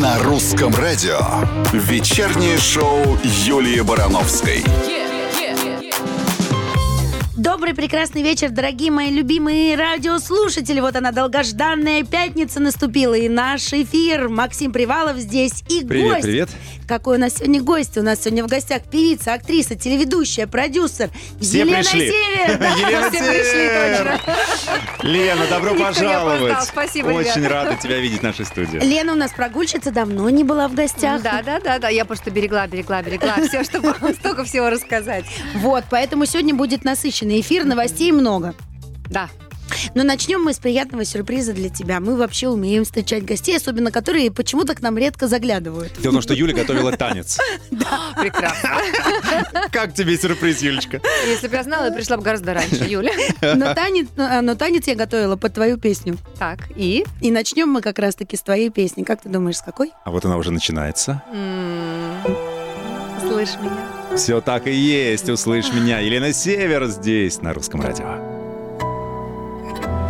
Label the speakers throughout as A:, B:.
A: на русском радио. Вечернее шоу Юлии Барановской.
B: Добрый прекрасный вечер, дорогие мои любимые радиослушатели. Вот она, долгожданная пятница наступила, и наш эфир. Максим Привалов здесь и
C: Привет,
B: гость.
C: привет.
B: Какой у нас сегодня гость? У нас сегодня в гостях певица, актриса, телеведущая, продюсер
C: Все
B: Елена
C: пришли.
B: Север. Да,
C: Елена
B: все пришли,
C: Север.
B: точно.
C: Лена, добро
D: Никто не
C: пожаловать.
D: опоздал. Спасибо,
C: Очень
D: ребята.
C: рада тебя видеть в нашей студии.
B: Лена у нас прогульщица, давно не была в гостях.
D: Да, да, да, да. Я просто берегла, берегла, берегла все, чтобы вам столько всего рассказать.
B: Вот, поэтому сегодня будет насыщенный эфир, новостей много.
D: Да.
B: Но начнем мы с приятного сюрприза для тебя. Мы вообще умеем встречать гостей, особенно которые почему-то к нам редко заглядывают.
C: Дело в том, что Юля готовила танец.
D: Прекрасно.
C: Как тебе сюрприз, Юлечка?
D: Если бы я знала, я пришла бы гораздо раньше, Юля.
B: Но танец, а, но танец я готовила под твою песню.
D: Так, и?
B: И начнем мы как раз-таки с твоей песни. Как ты думаешь, с какой?
C: А вот она уже начинается.
D: М, Слышь меня.
C: Все так и есть, услышь меня. Елена Север здесь, на русском радио.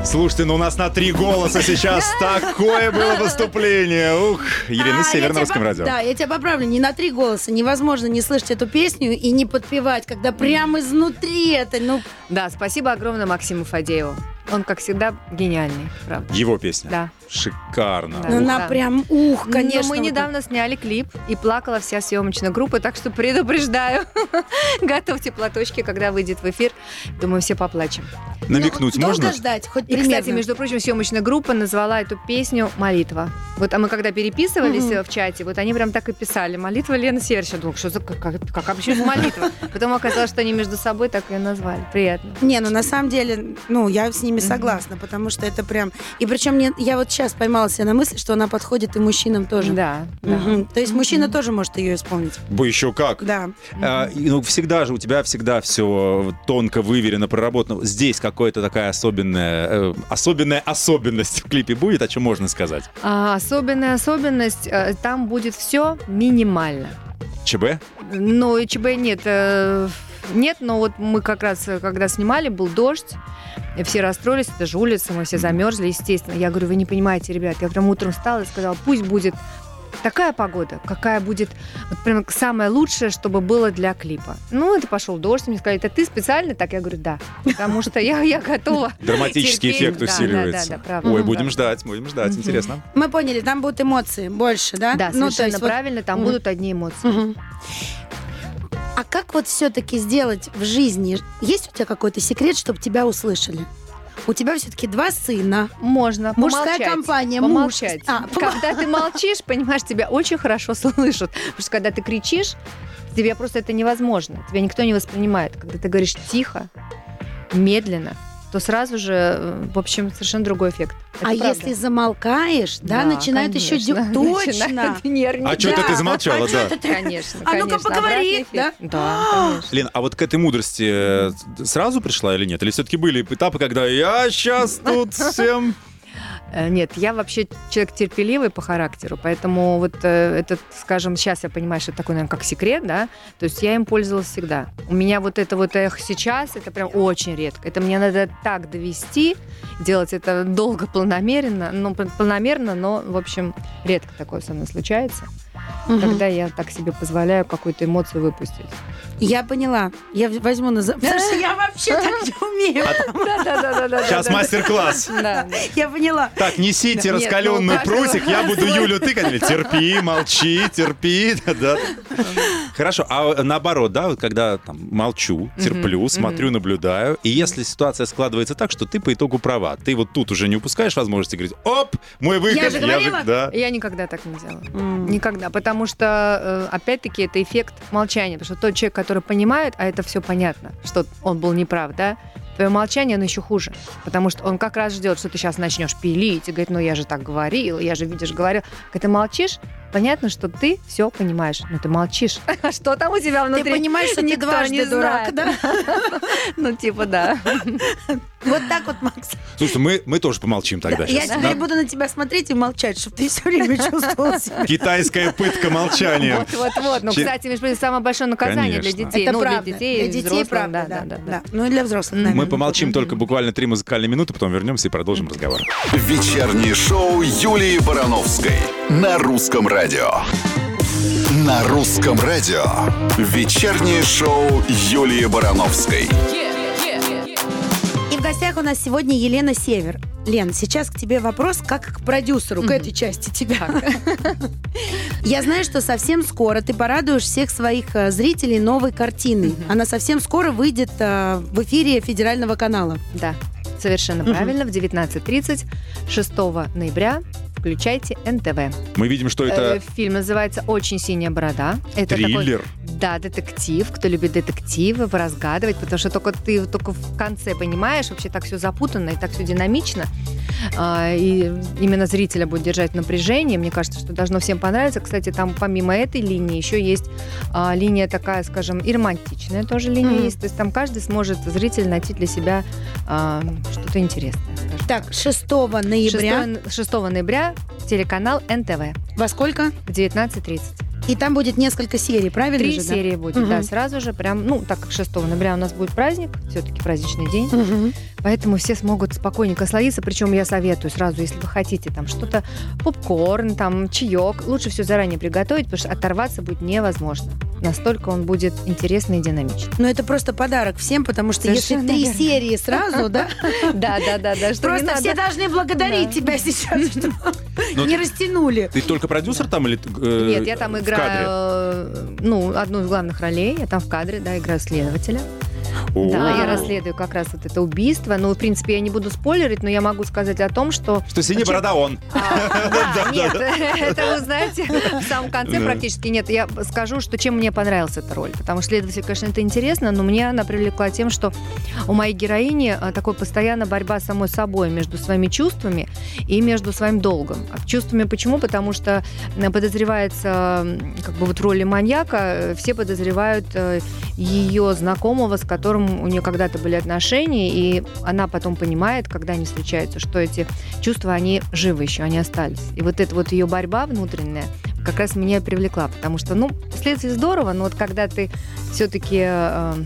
C: Слушайте, ну у нас на три голоса сейчас такое было выступление. Ух, Елена
B: А, я
C: Север на
B: тебя
C: русском
B: поп-
C: радио.
B: Да, я тебя поправлю. Не на три голоса. Невозможно не слышать эту песню и не подпевать, когда прям изнутри это. Ну,
D: Да, спасибо огромное Максиму Фадееву. Он, как всегда, гениальный, правда.
C: Его песня.
D: Да.
C: Шикарно.
D: Да.
B: ну,
D: да.
B: она прям ух, Ну, конечно.
D: Но мы
B: вот
D: недавно сняли клип, и плакала вся съемочная группа, так что предупреждаю, готовьте платочки, когда выйдет в эфир. Думаю, все поплачем.
B: ну,
C: Ну, Намекнуть
B: Долго
C: можно?
B: ждать, хоть
D: И,
B: примерно.
D: кстати, между прочим, съемочная группа назвала эту песню «Молитва». Вот, а мы когда переписывались
B: Мгм.
D: э, в чате, вот они прям так и писали «Молитва Лены Северович». Я думала, что за, как, как, как вообще это молитва? Потом оказалось, что они между собой так ее назвали. Приятно.
B: Не, ну на самом деле, ну, я с ними согласна, потому что это прям... И причем мне, я вот сейчас поймала себя на мысли, что она подходит и мужчинам тоже.
D: Да, да.
B: Мгм. То есть мужчина тоже может ее исполнить.
C: Бы еще как.
B: Да.
C: А, и, ну, всегда же у тебя всегда все тонко выверено, проработано. Здесь какая-то такая особенная, э, особенная особенность в клипе будет, о чем можно сказать.
D: А, особенная особенность, э, там будет все минимально.
C: ЧБ?
D: Ну, и ЧБ нет. э, Нет, но вот мы как раз, э, когда снимали, был дождь, и все расстроились, это же улица, мы все замерзли, естественно. Я говорю, вы не понимаете, ребят, я прям утром встала и сказала, пусть будет такая погода, какая будет вот прям самое лучшее, чтобы было для клипа. Ну, это пошел дождь, мне сказали, это ты специально так? Я говорю, да, потому что я, я готова.
C: Драматический
D: Терпение,
C: эффект
D: да, да,
C: усиливается.
D: да, да, правда,
C: Ой,
D: правда.
C: будем ждать, будем ждать,
D: Мгм.
C: интересно.
B: Мы поняли, там будут эмоции больше, да?
D: Да,
B: ну, то
D: совершенно
B: есть вот-
D: правильно, там
B: Мгм.
D: будут одни эмоции.
B: Мгм. А как вот все-таки сделать в жизни? Есть у тебя какой-то секрет, чтобы тебя услышали? У тебя все-таки два сына.
D: Можно.
B: Мужская
D: помолчать.
B: компания, муж.
D: Помолчать.
B: А, пом-
D: Когда ты молчишь, понимаешь, тебя очень хорошо слышат. Потому что когда ты кричишь, тебе просто это невозможно. Тебя никто не воспринимает. Когда ты говоришь тихо, медленно, то сразу же, э, в общем, совершенно другой эффект. Это
B: а
D: правда.
B: если замолкаешь, да, начинают еще дю-
D: конечно.
B: Точно.
D: Начинают нервничать.
C: А чё
B: Да.
C: ты замолчала,
B: А чё
C: да.
B: ты- ты-
D: Конечно,
B: А ну-ка
D: конечно.
B: поговори,
D: Обратный эффект.
B: да?
D: Да, конечно.
C: Лен, а вот к этой мудрости э, сразу пришла или нет? Или все-таки были этапы, когда я сейчас тут всем...
D: Э, Нет, я вообще человек терпеливый по характеру, поэтому вот э, этот, скажем, сейчас я понимаю, что это такой, наверное, как секрет, да, то есть я им пользовалась всегда. У меня вот это вот эх сейчас, это прям очень редко. Это мне надо так довести, делать это долго, планомеренно, ну, пл- планомерно, но, в общем, редко такое со мной случается,
B: Мгм.
D: когда я так себе позволяю какую-то эмоцию выпустить.
B: Я поняла. Я в- возьму на... за- Потому что я вообще так не умею.
D: Да-да-да-да-да.
C: Сейчас мастер-класс.
D: Да, да.
B: Я поняла.
C: Так, несите
D: Нет, ну,
C: раскаленный
D: каждого-
C: прутик, я буду Юлю тыкать. Или Терпи, молчи, терпи. да. Хорошо, а наоборот, да, вот когда там молчу, терплю,
D: мгм.
C: смотрю, наблюдаю, и если ситуация складывается так, что ты по итогу права, ты вот тут уже не упускаешь возможности говорить, оп, мой выход.
B: Я же говорила.
C: вы- да.
D: Я никогда так не делала.
B: М.
D: Никогда, потому что, э, опять-таки, это эффект молчания, потому что тот человек, который понимает, а это все понятно, что он был неправ, да, твое молчание, оно еще хуже, потому что он как раз ждет, что ты сейчас начнешь пилить, и говорит, ну я же так говорил, я же, видишь, говорил. Когда ты молчишь, понятно, что ты все понимаешь, но ты молчишь. А что там у тебя
B: Ты
D: внутри?
B: понимаешь, что ты
D: Никто
B: дважды
D: не
B: дурак,
D: знает.
B: да?
D: Ну, типа, да.
B: Вот так вот, Макс.
C: Слушай, мы, мы тоже помолчим тогда
B: я
C: сейчас.
B: теперь буду на тебя смотреть и молчать, чтобы ты все время чувствовал себя.
C: Китайская пытка молчанием.
D: Вот, вот, вот. Ну,
C: Че-
D: кстати, между прочим, самое большое наказание
C: Конечно.
D: для детей.
B: Это
D: ну,
B: правда.
D: для детей, и взрослых,
B: правда,
D: да, да, да, да.
B: Ну и для взрослых, наверное.
C: Мы помолчим только буквально три музыкальные минуты, потом вернемся и продолжим разговор.
A: Вечернее шоу Юлии Барановской на русском радио. На русском радио. Вечернее шоу Юлии Барановской.
B: И в гостях у нас сегодня Елена Север. Лен, сейчас к тебе вопрос, как к продюсеру, к этой части тебя. Я знаю, что совсем скоро ты порадуешь всех своих э, зрителей новой картиной. Она совсем скоро выйдет э, в эфире федерального канала.
D: Да, совершенно
B: Мгм.
D: правильно. В 19.30, 6 ноября, включайте НТВ.
C: Мы видим, что
D: Э,
C: это
D: Фильм называется «Очень синяя борода». Это такой,
C: триллер.
D: да, детектив. Кто любит детективы, разгадывать, потому что только ты только в конце понимаешь, вообще так все запутанно и так все динамично. А, И именно зрителя будет держать напряжение. Мне кажется, что должно всем понравиться. Кстати, там помимо этой линии еще есть а, линия такая, скажем, и романтичная тоже линия
B: Мгм.
D: есть. То есть там каждый сможет, зритель, найти для себя а, что-то интересное. скажем.
B: Так, 6 ноября.
D: 6, ноября телеканал НТВ
B: Во сколько?
D: в 19.30.
B: И там будет несколько серий, правильно
D: Три
B: же, да?
D: серии будет,
B: Мгм.
D: да, сразу же, прям, ну, так как 6 ноября у нас будет праздник, все-таки праздничный день,
B: Мгм.
D: поэтому все смогут спокойненько словиться, причем я советую сразу, если вы хотите там что-то, попкорн, там, чаек, лучше все заранее приготовить, потому что оторваться будет невозможно. Настолько он будет интересный и динамичный.
B: Но это просто подарок всем, потому что если
D: Совершенно
B: три
D: верно.
B: серии сразу, да,
D: Да, да, да, да, что не
B: просто все
D: надо.
B: должны благодарить
D: Да.
B: тебя сейчас, что
C: Но
B: не растянули.
C: Ну, Ты только продюсер там или э,
D: Нет, я там
C: в кадре?
D: играю, э, ну, одну из главных ролей, я там в кадре, да, играю следователя.
C: О.
D: Да, я расследую как раз вот это убийство. Ну, в принципе, я не буду спойлерить, но я могу сказать о том, что...
C: Что синяя
D: Вообще-
C: борода он.
D: А,
C: Да,
D: да, Нет, это вы знаете, в самом конце
C: Да.
D: практически нет. Я скажу, что чем мне понравилась эта роль. Потому что, следователь, конечно, это интересно, но мне она привлекла тем, что у моей героини а, такой постоянно борьба с самой собой между своими чувствами и между своим долгом. А чувствами почему? Потому что э, подозревается, м, как бы вот в роли маньяка, э, все подозревают э, ее знакомого, с которым у нее когда-то были отношения, и она потом понимает, когда они встречаются, что эти чувства, они живы еще, они остались. И вот эта вот ее борьба внутренняя как раз меня и привлекла, потому что, ну, следствие здорово, но вот когда ты э, все-таки...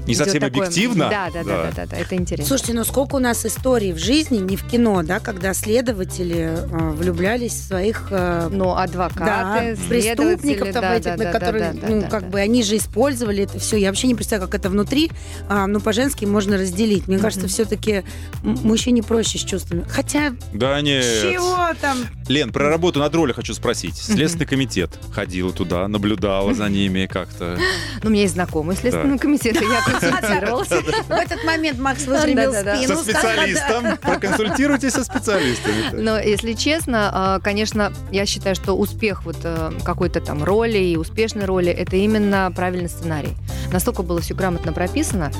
C: Не совсем объективно?
D: Да, да, да,
C: Да.
D: да, да, да, это интересно.
B: Слушайте, ну сколько у нас историй в жизни, не в кино, да, когда следователи э, влюблялись в своих э,
D: Ну,
B: да,
D: адвокаты,
B: преступников,
D: следователи,
B: там,
D: да,
B: этих,
D: да,
B: на
D: да,
B: которые,
D: да, да,
B: ну,
D: да,
B: как
D: да.
B: бы, они же использовали это все. Я вообще не представляю, как это внутри, а, ну, по-женски можно разделить. Мне кажется,
D: Мгм.
B: все-таки мужчине проще с чувствами. Хотя,
C: Да нет.
B: чего там?
C: Лен, про работу над ролью хочу спросить. Следственный комитет ходила туда, наблюдала за ними как-то.
D: Ну, у меня есть знакомый следственный комитет, и я консультировалась.
B: В этот момент Макс выпрямил
D: Да-да-да.
B: спину.
C: Со специалистом. Проконсультируйтесь со специалистами.
D: Но, если честно, а, конечно, я считаю, что успех вот э, какой-то там роли и успешной роли – это именно правильный сценарий. Настолько было все грамотно прописано.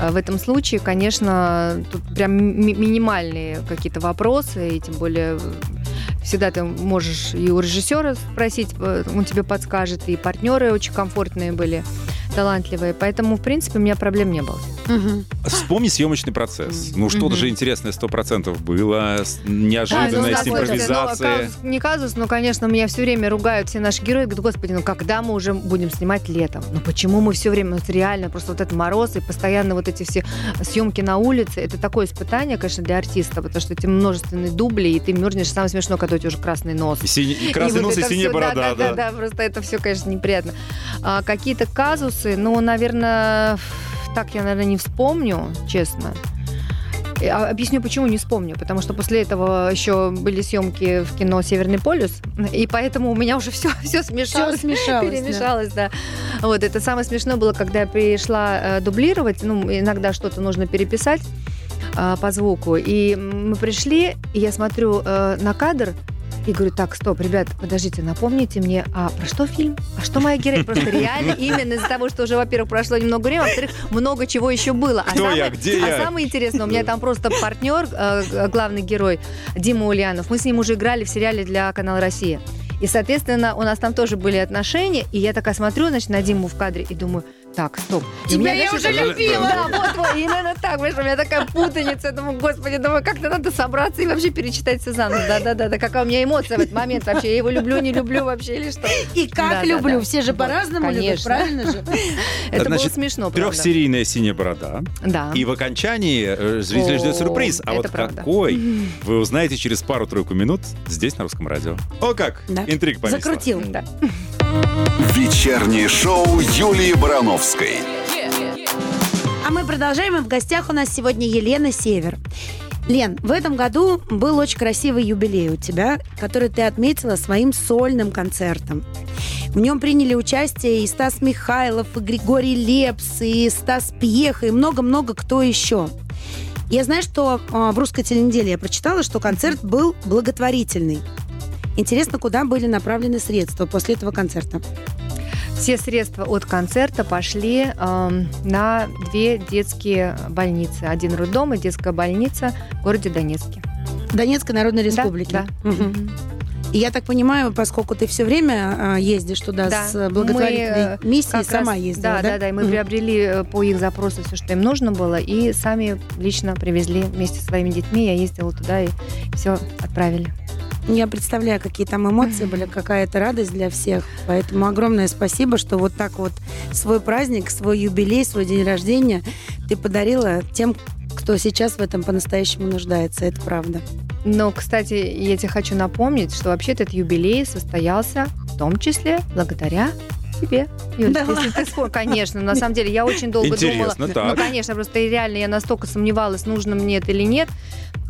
D: А В этом случае, конечно, тут прям ми- минимальные какие-то вопросы, и тем более э, всегда ты можешь и у режиссера спросить, э, он тебе подскажет, и партнеры очень комфортные были, талантливые. Поэтому, в принципе, у меня проблем не было.
B: Мгм.
C: Вспомни съемочный процесс. Ну, что-то
D: Мгм.
C: же интересное 100% было. с-
D: Да, ну,
C: Неожиданность,
D: какой-то, ну,
C: импровизация.
D: казус- не казус, но, конечно, меня все время ругают все наши герои. Говорят, господи, ну когда мы уже будем снимать летом? Ну почему мы все время, ну это реально, просто вот этот мороз и постоянно вот эти все съемки на улице. Это такое испытание, конечно, для артиста, потому что эти множественные дубли, и ты мерзнешь. Самое смешно, когда у тебя уже красный нос.
C: И синий- и Красный
D: И вот
C: нос и
D: это
C: синяя
D: всё,
C: борода,
D: Да,
C: да.
D: да, просто это все, конечно, неприятно. А, какие-то казусы, ну, наверное, так я, наверное, не вспомню, честно. И, а, Объясню, почему не вспомню. Потому что после этого еще были съемки в кино Северный полюс, и поэтому у меня уже все,
B: Все
D: все смешалось.
B: смешалось. да.
D: Перемешалось, да. Вот, это самое смешное было, когда я пришла э, дублировать. Ну, иногда что-то нужно переписать э, по звуку. И мы пришли, и я смотрю э, на кадр, и говорю, так, стоп, ребят, подождите, напомните мне, а про что фильм? А что моя героиня? Просто реально, именно из-за того, что уже, во-первых, прошло немного времени, а во-вторых, много чего еще было. А
C: Кто я?
D: самое-
C: Где я?
D: А самое интересное, у меня там просто партнер, э, г- главный герой, Дима Ульянов. Мы с ним уже играли в сериале для канала «Россия». И, соответственно, у нас там тоже были отношения, и я такая смотрю, значит, на Диму в кадре и думаю, так, стоп. И у
E: Тебя
D: меня,
E: я
D: знаешь,
E: уже
D: это-
E: любила.
D: Да, вот, вот, именно так, понимаешь, у меня такая путаница, я думаю, господи, думаю, как-то надо собраться и вообще перечитать все заново. Да-да-да, да какая у меня эмоция в этот момент вообще, я его люблю, не люблю вообще или что.
B: И как
D: Да, да,
B: люблю.
D: да.
B: Все же
D: Вот,
B: по-разному любят,
D: конечно.
B: правильно же?
D: Это
C: Значит,
D: было смешно, правда.
C: Трехсерийная синяя борода.
D: Да.
C: И в окончании э, зрителей ждет
D: О,
C: сюрприз. А
D: это
C: вот
D: правда.
C: какой, вы узнаете через пару-тройку минут здесь, на русском радио. О как!
B: Да.
C: Интриг повисла.
B: Закрутил.
D: Да.
A: Вечернее шоу Юлии Барановской.
B: А мы продолжаем, и в гостях у нас сегодня Елена Север. Лен, в этом году был очень красивый юбилей у тебя, который ты отметила своим сольным концертом. В нем приняли участие и Стас Михайлов, и Григорий Лепс, и Стас Пьеха, и много-много кто еще. Я знаю, что э, в «Русской теленеделе» я прочитала, что концерт был благотворительный. Интересно, куда были направлены средства после этого концерта?
D: Все средства от концерта пошли эм, на две детские больницы. Один роддом и детская больница в городе Донецке.
B: Донецкой Народной
D: Да,
B: Республики.
D: Да.
B: Мгм. И Я так понимаю, поскольку ты все время а, ездишь туда
D: Да.
B: с благотворительной
D: Мы, э,
B: миссией,
D: Как
B: сама
D: раз-
B: ездила, да?
D: да, да, да. И мы
B: Мгм.
D: приобрели э, по их запросу все, что им нужно было, и сами лично привезли вместе со своими детьми. Я ездила туда и все отправили.
B: Я представляю, какие там эмоции были, какая это радость для всех. Поэтому огромное спасибо, что вот так вот свой праздник, свой юбилей, свой день рождения ты подарила тем, кто сейчас в этом по-настоящему нуждается. Это правда.
D: Но, кстати, я тебе хочу напомнить, что вообще этот юбилей состоялся в том числе благодаря тебе. Юль,
B: Да
D: если ты спор- конечно, на самом деле я очень долго думала.
C: Интересно,
D: Ну,
C: так.
D: конечно, просто и реально я настолько сомневалась, нужно мне это или нет.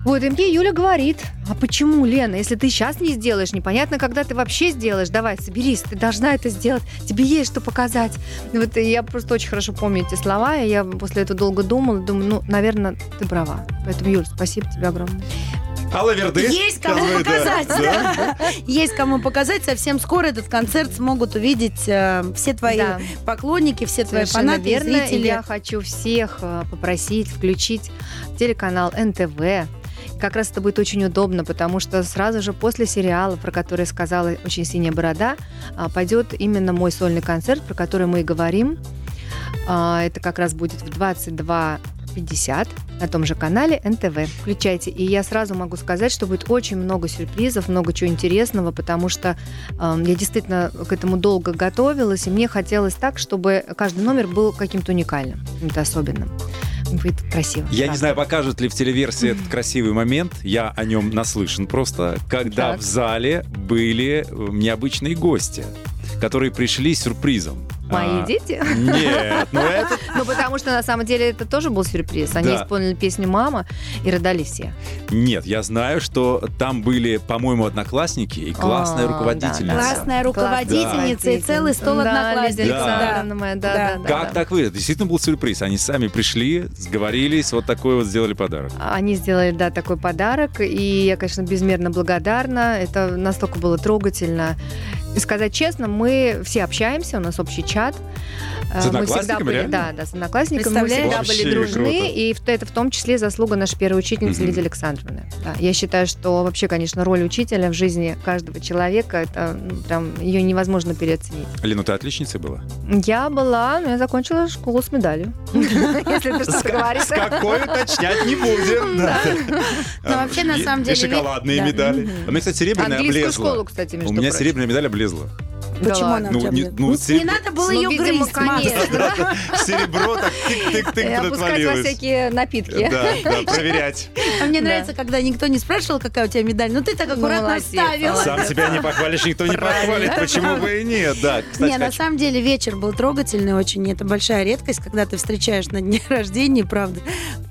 D: Вот, и мне Юля говорит, а почему, Лена, если ты сейчас не сделаешь, непонятно, когда ты вообще сделаешь, давай, соберись, ты должна это сделать, тебе есть что показать. Ну, Вот и я просто очень хорошо помню эти слова, и я после этого долго думала, думаю, ну, наверное, ты права. Поэтому, Юль, спасибо тебе огромное. Ну,
C: Алла Верды.
B: Есть кому
C: Сказывает, да.
B: показать.
C: Да.
B: Есть кому показать. Совсем скоро этот концерт смогут увидеть э, все твои
D: Да.
B: поклонники, все твои
D: Совершенно
B: фанаты, и
D: верно. И
B: зрители.
D: я хочу всех э, попросить включить телеканал НТВ. Как раз это будет очень удобно, потому что сразу же после сериала, про который сказала очень синяя борода, а, пойдет именно мой сольный концерт, про который мы и говорим. А, Это как раз будет в 22.50 на том же канале НТВ. Включайте. И я сразу могу сказать, что будет очень много сюрпризов, много чего интересного, потому что Эм, Я действительно к этому долго готовилась, и мне хотелось так, чтобы каждый номер был каким-то уникальным, каким-то особенным. Будет красиво.
C: Я не
D: правда.
C: знаю, покажут ли в телеверсии этот красивый момент. Я о нем наслышан просто. Когда
D: Так.
C: в зале были э, необычные гости, которые пришли с сюрпризом.
D: Мои
C: А,
D: дети?
C: Нет, ну это...
D: Ну, потому что на самом деле это тоже был сюрприз. Они
C: Да.
D: исполнили песню «Мама» и родали все.
C: Нет, я знаю, что там были, по-моему, одноклассники и классная
D: А, да,
C: руководительница.
D: да.
B: Классная руководительница и целый стол
D: Да,
B: одноклассниц.
D: Лидия
C: Да.
D: Александровна моя, да,
B: Да.
D: да, да,
C: Как
D: да.
C: так вы? Это действительно был сюрприз. Они сами пришли, сговорились, вот такой вот сделали подарок.
D: Они сделали, да, такой подарок, и я, конечно, безмерно благодарна. Это настолько было трогательно. И сказать честно, мы все общаемся, у нас общий чат.
C: С
D: Э, Мы всегда
C: одноклассниками,
D: были,
C: реально?
D: да, да, с одноклассниками. Мы
B: Представляешь?
D: всегда
C: Вообще
D: были дружны,
C: круто.
D: и в- это в том числе заслуга нашей первой учительницы
C: Мгм.
D: Лидии Александровны. Да, я считаю, что вообще, конечно, роль учителя в жизни каждого человека, это ну, прям ее невозможно переоценить.
C: Лена, ну ты отличницей была?
D: Я была, ну, я закончила школу с медалью. Если ты что-то говоришь.
C: Какой уточнять не будем. да.
D: Ну,
B: Но вообще, на
C: И-
B: самом
C: И
B: деле,
C: шоколадные
B: да.
C: медали.
D: Мгм.
C: У меня, кстати, серебряная
D: Английскую школу,
C: облезла.
D: кстати, между
C: У меня
D: прочим.
C: серебряная медаль облезла.
D: Да
B: Почему она
D: ладно.
B: у
C: Ну,
B: тебя
C: не-
B: была?
C: ну,
B: Ну,
C: сереб-
B: Не надо было
D: Ну,
B: ее
D: видимо,
B: грызть, Макс.
D: конечно.
C: Серебро так
D: И
C: тык-тык-тык
D: опускать во
C: подотвалилось.
D: всякие напитки.
C: Да, да, проверять.
B: А мне
D: Да.
B: нравится, когда никто не спрашивал, какая у тебя медаль, но ты так
D: Ну,
B: аккуратно
D: молодец.
B: вставила.
D: Сам
C: себя не похвалишь, никто не похвалит. Почему бы и нет? Да,
B: не, на самом деле вечер был трогательный очень. и Это большая редкость, когда ты встречаешь на дне рождения, правда,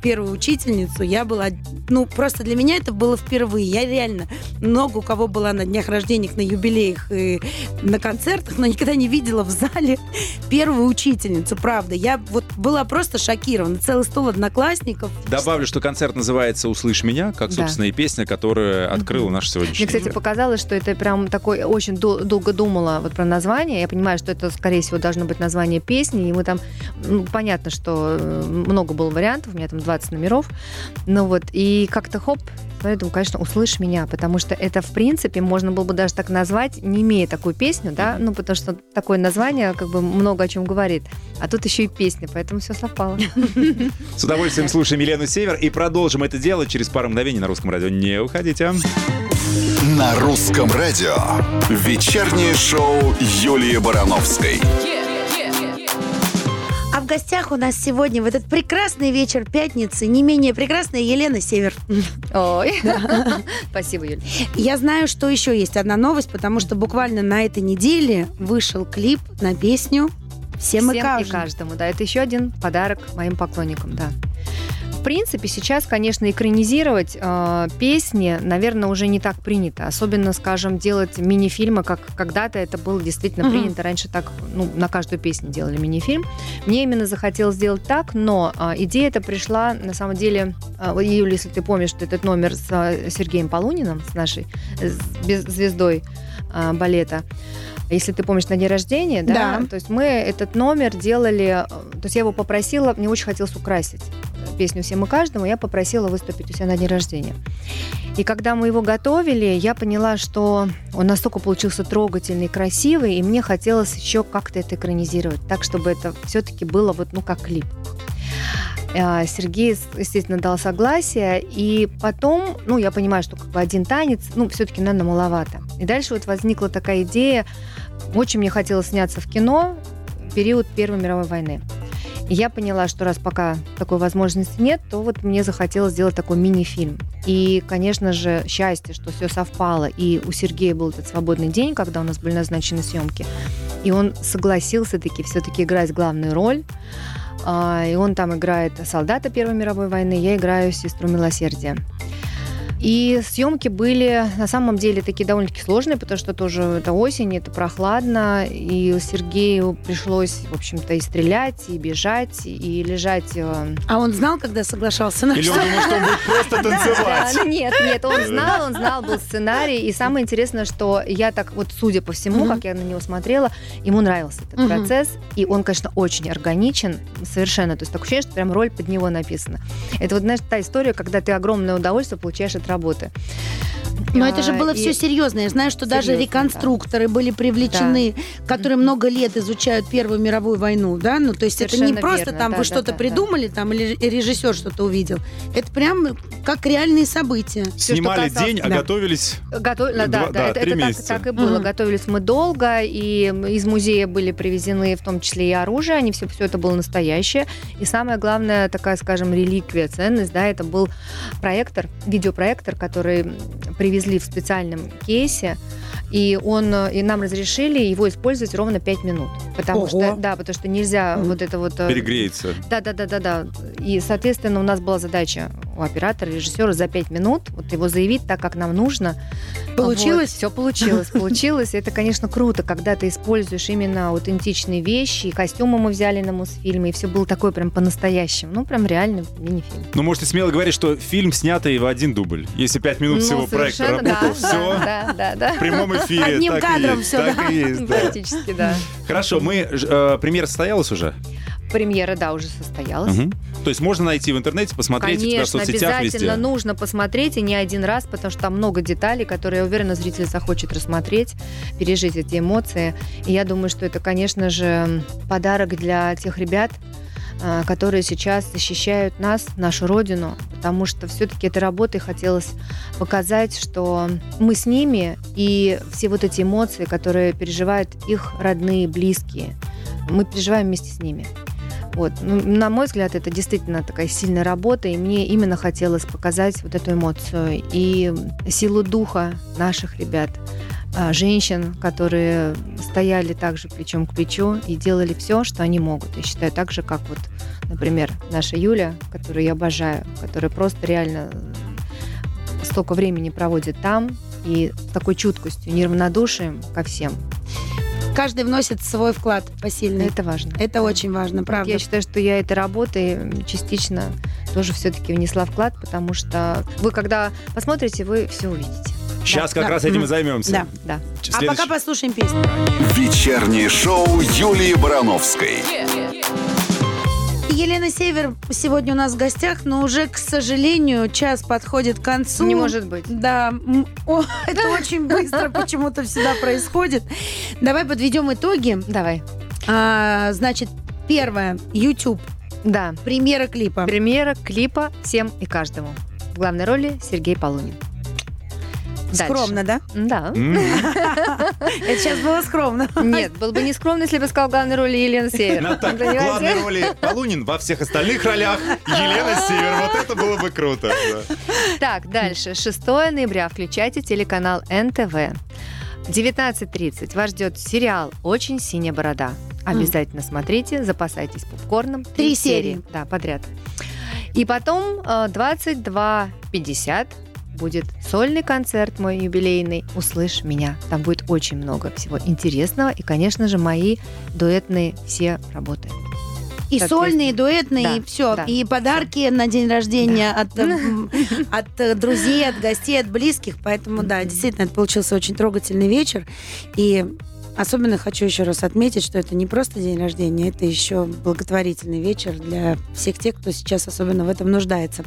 B: первую учительницу. Я была, ну, просто для меня это было впервые. Я реально много у кого была на днях рождения, на юбилеях и на концертах, но никогда не видела в зале первую учительницу, правда. Я вот была просто шокирована. Целый стол одноклассников.
C: Добавлю, что концерт называется «Услышь меня», как,
D: Да.
C: собственно, и песня, которая открыла наш сегодняшний
D: Мне, кстати,
C: эфир.
D: показалось, что это прям такой очень дол- долго думала вот про название. Я понимаю, что это, скорее всего, должно быть название песни. И мы там, ну, понятно, что э, много было вариантов, у меня там 20 номеров. Ну вот, и как-то хоп, Поэтому, конечно, услышь меня, потому что это, в принципе, можно было бы даже так назвать, не имея такую песню, да, ну, потому что такое название как бы много о чем говорит. А тут еще и песня, поэтому все совпало.
C: С удовольствием слушаем Елену Север и продолжим это дело через пару мгновений на русском радио. Не уходите.
A: На русском радио. Вечернее шоу Юлии Барановской.
B: А в гостях у нас сегодня в этот прекрасный вечер пятницы не менее прекрасная Елена Север.
D: Ой, спасибо, Юль.
B: Я знаю, что еще есть одна новость, потому что буквально на этой неделе вышел клип на песню «Всем, и
D: Всем и
B: каждому».
D: каждому, да. Это еще один подарок моим поклонникам, да. В принципе, сейчас, конечно, экранизировать э, песни, наверное, уже не так принято. Особенно, скажем, делать мини-фильмы, как когда-то это было действительно
B: Мгм.
D: принято. Раньше так, ну, на каждую песню делали мини-фильм. Мне именно захотелось сделать так, но э, идея эта пришла, на самом деле, э, вот, Юля, если ты помнишь этот номер с э, Сергеем Полуниным, с нашей э, с без- звездой э, балета, если ты помнишь, на день рождения, да,
B: Да.
D: то есть мы этот номер делали, э, то есть я его попросила, мне очень хотелось украсить э, песню всем и каждому, я попросила выступить у себя на день рождения. И когда мы его готовили, я поняла, что он настолько получился трогательный, красивый, и мне хотелось еще как-то это экранизировать, так, чтобы это все-таки было вот, ну, как клип. А, Сергей, с- естественно, дал согласие, и потом, ну, я понимаю, что как бы один танец, ну, все-таки, наверное, маловато. И дальше вот возникла такая идея, очень мне хотелось сняться в кино в период Первой мировой войны. И я поняла, что раз пока такой возможности нет, то вот мне захотелось сделать такой мини-фильм. И, конечно же, счастье, что все совпало. И у Сергея был этот свободный день, когда у нас были назначены съемки. И он согласился таки все-таки играть главную роль. А, И он там играет солдата Первой мировой войны, я играю сестру милосердия. И съемки были на самом деле такие довольно-таки сложные, потому что тоже это осень, это прохладно, и Сергею пришлось, в общем-то, и стрелять, и бежать, и лежать. э,
B: А он знал, когда соглашался на
C: Или он думал, что он будет просто танцевать?
D: Да, ну нет, нет, он знал, он знал, был сценарий. И самое интересное, что я так вот, судя по всему,
B: Мгм.
D: как я на него смотрела, ему нравился этот
B: Мгм.
D: процесс. И он, конечно, очень органичен совершенно. То есть такое ощущение, что прям роль под него написана. Это вот, знаешь, та история, когда ты огромное удовольствие получаешь от работы.
B: Но это же
D: А,
B: было
D: и-
B: все серьезно. Я знаю, что даже
D: Серьезно,
B: реконструкторы были привлечены, которые много лет изучают Первую мировую войну, да? Ну, то есть это не
D: Совершенно
B: просто
D: верно,
B: там
D: да,
B: вы
D: да,
B: что-то
D: да,
B: придумали, там, или режиссер что-то увидел. Это прям как реальные события.
D: Всё, что
C: Снимали
D: касалось-
C: день, а
B: Да.
C: готовились...
D: Готов- Да,
C: Э, Два-
D: да,
C: да,
D: это,
C: три
D: это так-
C: месяца.
D: так, и было.
B: Мгм.
D: Готовились мы долго, и из музея были привезены в том числе и оружие, они все, все это было настоящее. И самое главное, такая, скажем, реликвия, ценность, да, это был проектор, видеопроектор, который м, привезли в специальном кейсе, и он, э, и нам разрешили его использовать ровно 5 минут. Потому
B: Ого.
D: что, да, потому что нельзя
B: Мгм.
D: вот это вот... э,
C: Перегреется.
D: да, да, да, да, да. И, соответственно, у нас была задача у оператора, режиссера за пять минут вот его заявить так, как нам нужно.
B: Получилось?
D: все получилось, получилось. Это, конечно, круто, когда ты используешь именно аутентичные вещи. И костюмы мы взяли на Мосфильме, и все было такое прям по-настоящему. Ну, прям реально мини-фильм.
C: Ну, можете смело говорить, что фильм снятый в один дубль. Если пять минут
D: Ну,
C: всего проекта
D: совершенно,
C: работал,
D: да,
C: все
D: Да, да, да.
C: в прямом эфире.
B: Одним
C: так и
B: кадром
C: есть,
B: всё,
C: так
B: да.
C: и есть, да.
D: Практически, да.
C: Хорошо, мы ж- э, премьера состоялась уже?
D: Премьера, да, уже состоялась.
C: Мгм. То есть можно найти в интернете, посмотреть у тебя в
D: Конечно,
C: соцсетях
D: обязательно
C: везде.
D: нужно посмотреть и не один раз, потому что там много деталей, которые, я уверена, зритель захочет рассмотреть, пережить эти эмоции. И я думаю, что это, конечно же, подарок для тех ребят, э, которые сейчас защищают нас, нашу родину, потому что все-таки этой работой хотелось показать, что мы с ними, и все вот эти эмоции, которые переживают их родные, близкие, мы переживаем вместе с ними. Вот. Ну, на мой взгляд, это действительно такая сильная работа, и мне именно хотелось показать вот эту эмоцию и силу духа наших ребят, а, женщин, которые стояли также плечом к плечу и делали все, что они могут. Я считаю, так же, как вот, например, наша Юля, которую я обожаю, которая просто реально столько времени проводит там и с такой чуткостью, неравнодушием ко всем.
B: Каждый вносит свой вклад посильный.
D: Это важно.
B: Это очень важно, правда.
D: Я считаю, что я этой работой м, частично тоже все-таки внесла вклад, потому что вы, когда посмотрите, вы все увидите.
C: Сейчас
D: Ну, Да,
C: как
D: да.
C: раз этим и
B: Мгм.
C: займемся.
B: Да.
D: Да.
C: Ч-
B: А
C: следующий-
B: пока послушаем песню.
A: Вечернее шоу Юлии Барановской.
B: И Елена Север сегодня у нас в гостях, но уже, к сожалению, час подходит к концу.
D: Не может быть.
B: Да, м, о, это очень быстро почему-то всегда происходит. Давай подведем итоги.
D: Давай.
B: А, значит, первое, YouTube,
D: Да.
B: премьера клипа.
D: Премьера клипа всем и каждому. В главной роли Сергей Полунин. Дальше.
B: Скромно, да?
D: Да.
C: М,
B: Это сейчас было скромно.
D: Нет, было бы не скромно, если бы сказал в главной роли Елена
C: на-
D: Север.
C: Ну, так, в главной роли Полунин, во всех остальных ролях Елена Север. Вот это было бы круто. да.
D: Так, дальше. 6 ноября включайте телеканал НТВ. 19.30 вас ждет сериал «Очень синяя борода». Обязательно смотрите, запасайтесь попкорном.
B: Три серии.
D: Да, подряд. И потом э, 22.50 будет сольный концерт мой юбилейный «Услышь меня». Там будет очень много всего интересного. И, конечно же, мои дуэтные все работы.
B: И
D: Соответственно.
B: сольные, и дуэтные,
D: Да,
B: и все.
D: да,
B: и подарки на день рождения от, э, м, от э, друзей, от гостей, от близких. Поэтому, да,
D: Мгм.
B: действительно, это получился очень трогательный вечер. И особенно хочу еще раз отметить, что это не просто день рождения, это еще благотворительный вечер для всех тех, кто сейчас особенно в этом нуждается.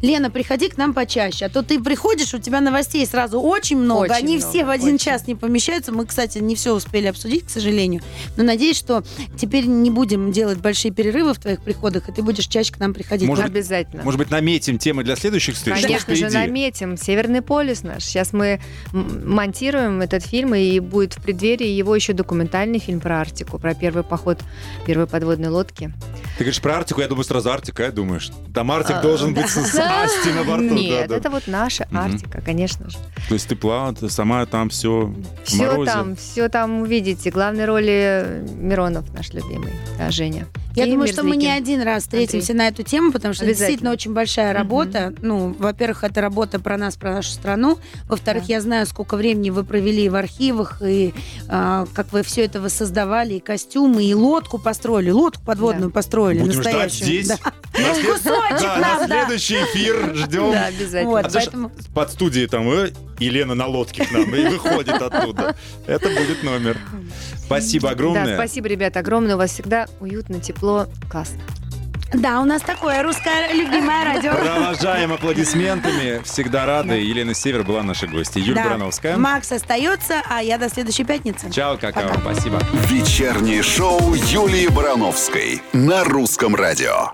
B: Лена, приходи к нам почаще, а то ты приходишь, у тебя новостей сразу очень много,
D: Очень
B: они
D: много,
B: все в один
D: очень.
B: час не помещаются. Мы, кстати, не все успели обсудить, к сожалению. Но надеюсь, что теперь не будем делать большие перерывы в твоих приходах, и ты будешь чаще к нам приходить.
C: Может быть,
D: Обязательно.
C: Может быть, наметим темы для следующих встреч?
D: Конечно же,
C: Может, впереди.
D: наметим. Северный полюс наш. Сейчас мы м, монтируем этот фильм, и будет в преддверии его еще документальный фильм про Арктику, про первый поход первой подводной лодки.
C: Ты говоришь про Арктику, я думаю, сразу Арктика, я думаю, что там Арктик
D: А,
C: должен
D: да.
C: быть с с Асти на борту.
D: Нет,
C: да, да.
D: это вот наша
C: Мгм.
D: Арктика, конечно же.
C: То есть ты плавал, ты сама там все в
D: Все
C: морозе.
D: там, все там увидите. Главной роли Миронов наш любимый, да, Женя.
B: Я
D: И
B: думаю, что мы не
D: Мерзликин.
B: один раз встретимся на эту тему, потому что это
D: Обязательно.
B: действительно очень большая
D: Мгм.
B: работа. Ну, во-первых, это работа про нас, про нашу страну. Во-вторых,
D: Да.
B: я знаю, сколько времени вы провели в архивах, и а, как вы все это воссоздавали, и костюмы, и лодку построили, лодку подводную построили,
C: Будем ждать
B: настоящую.
C: здесь.
B: Да.
C: На след- Да,
B: нам,
C: на
B: да.
C: следующий эфир ждем.
D: Да, обязательно.
B: Вот,
C: А потому что
B: поэтому
C: Под студией там э, Елена на лодке к нам и выходит оттуда. Это будет номер. Спасибо
D: Да,
C: огромное.
D: спасибо, ребята, огромное. У вас всегда уютно, тепло, классно.
B: Да, у нас такое русское любимое радио.
C: Провожаем аплодисментами. Всегда рады. Елена Север была нашей гостью. Юлия
B: Да.
C: Барановская.
B: Макс остается, а я до следующей пятницы.
C: Чао, какао. Спасибо.
A: Вечернее шоу Юлии Барановской на русском радио.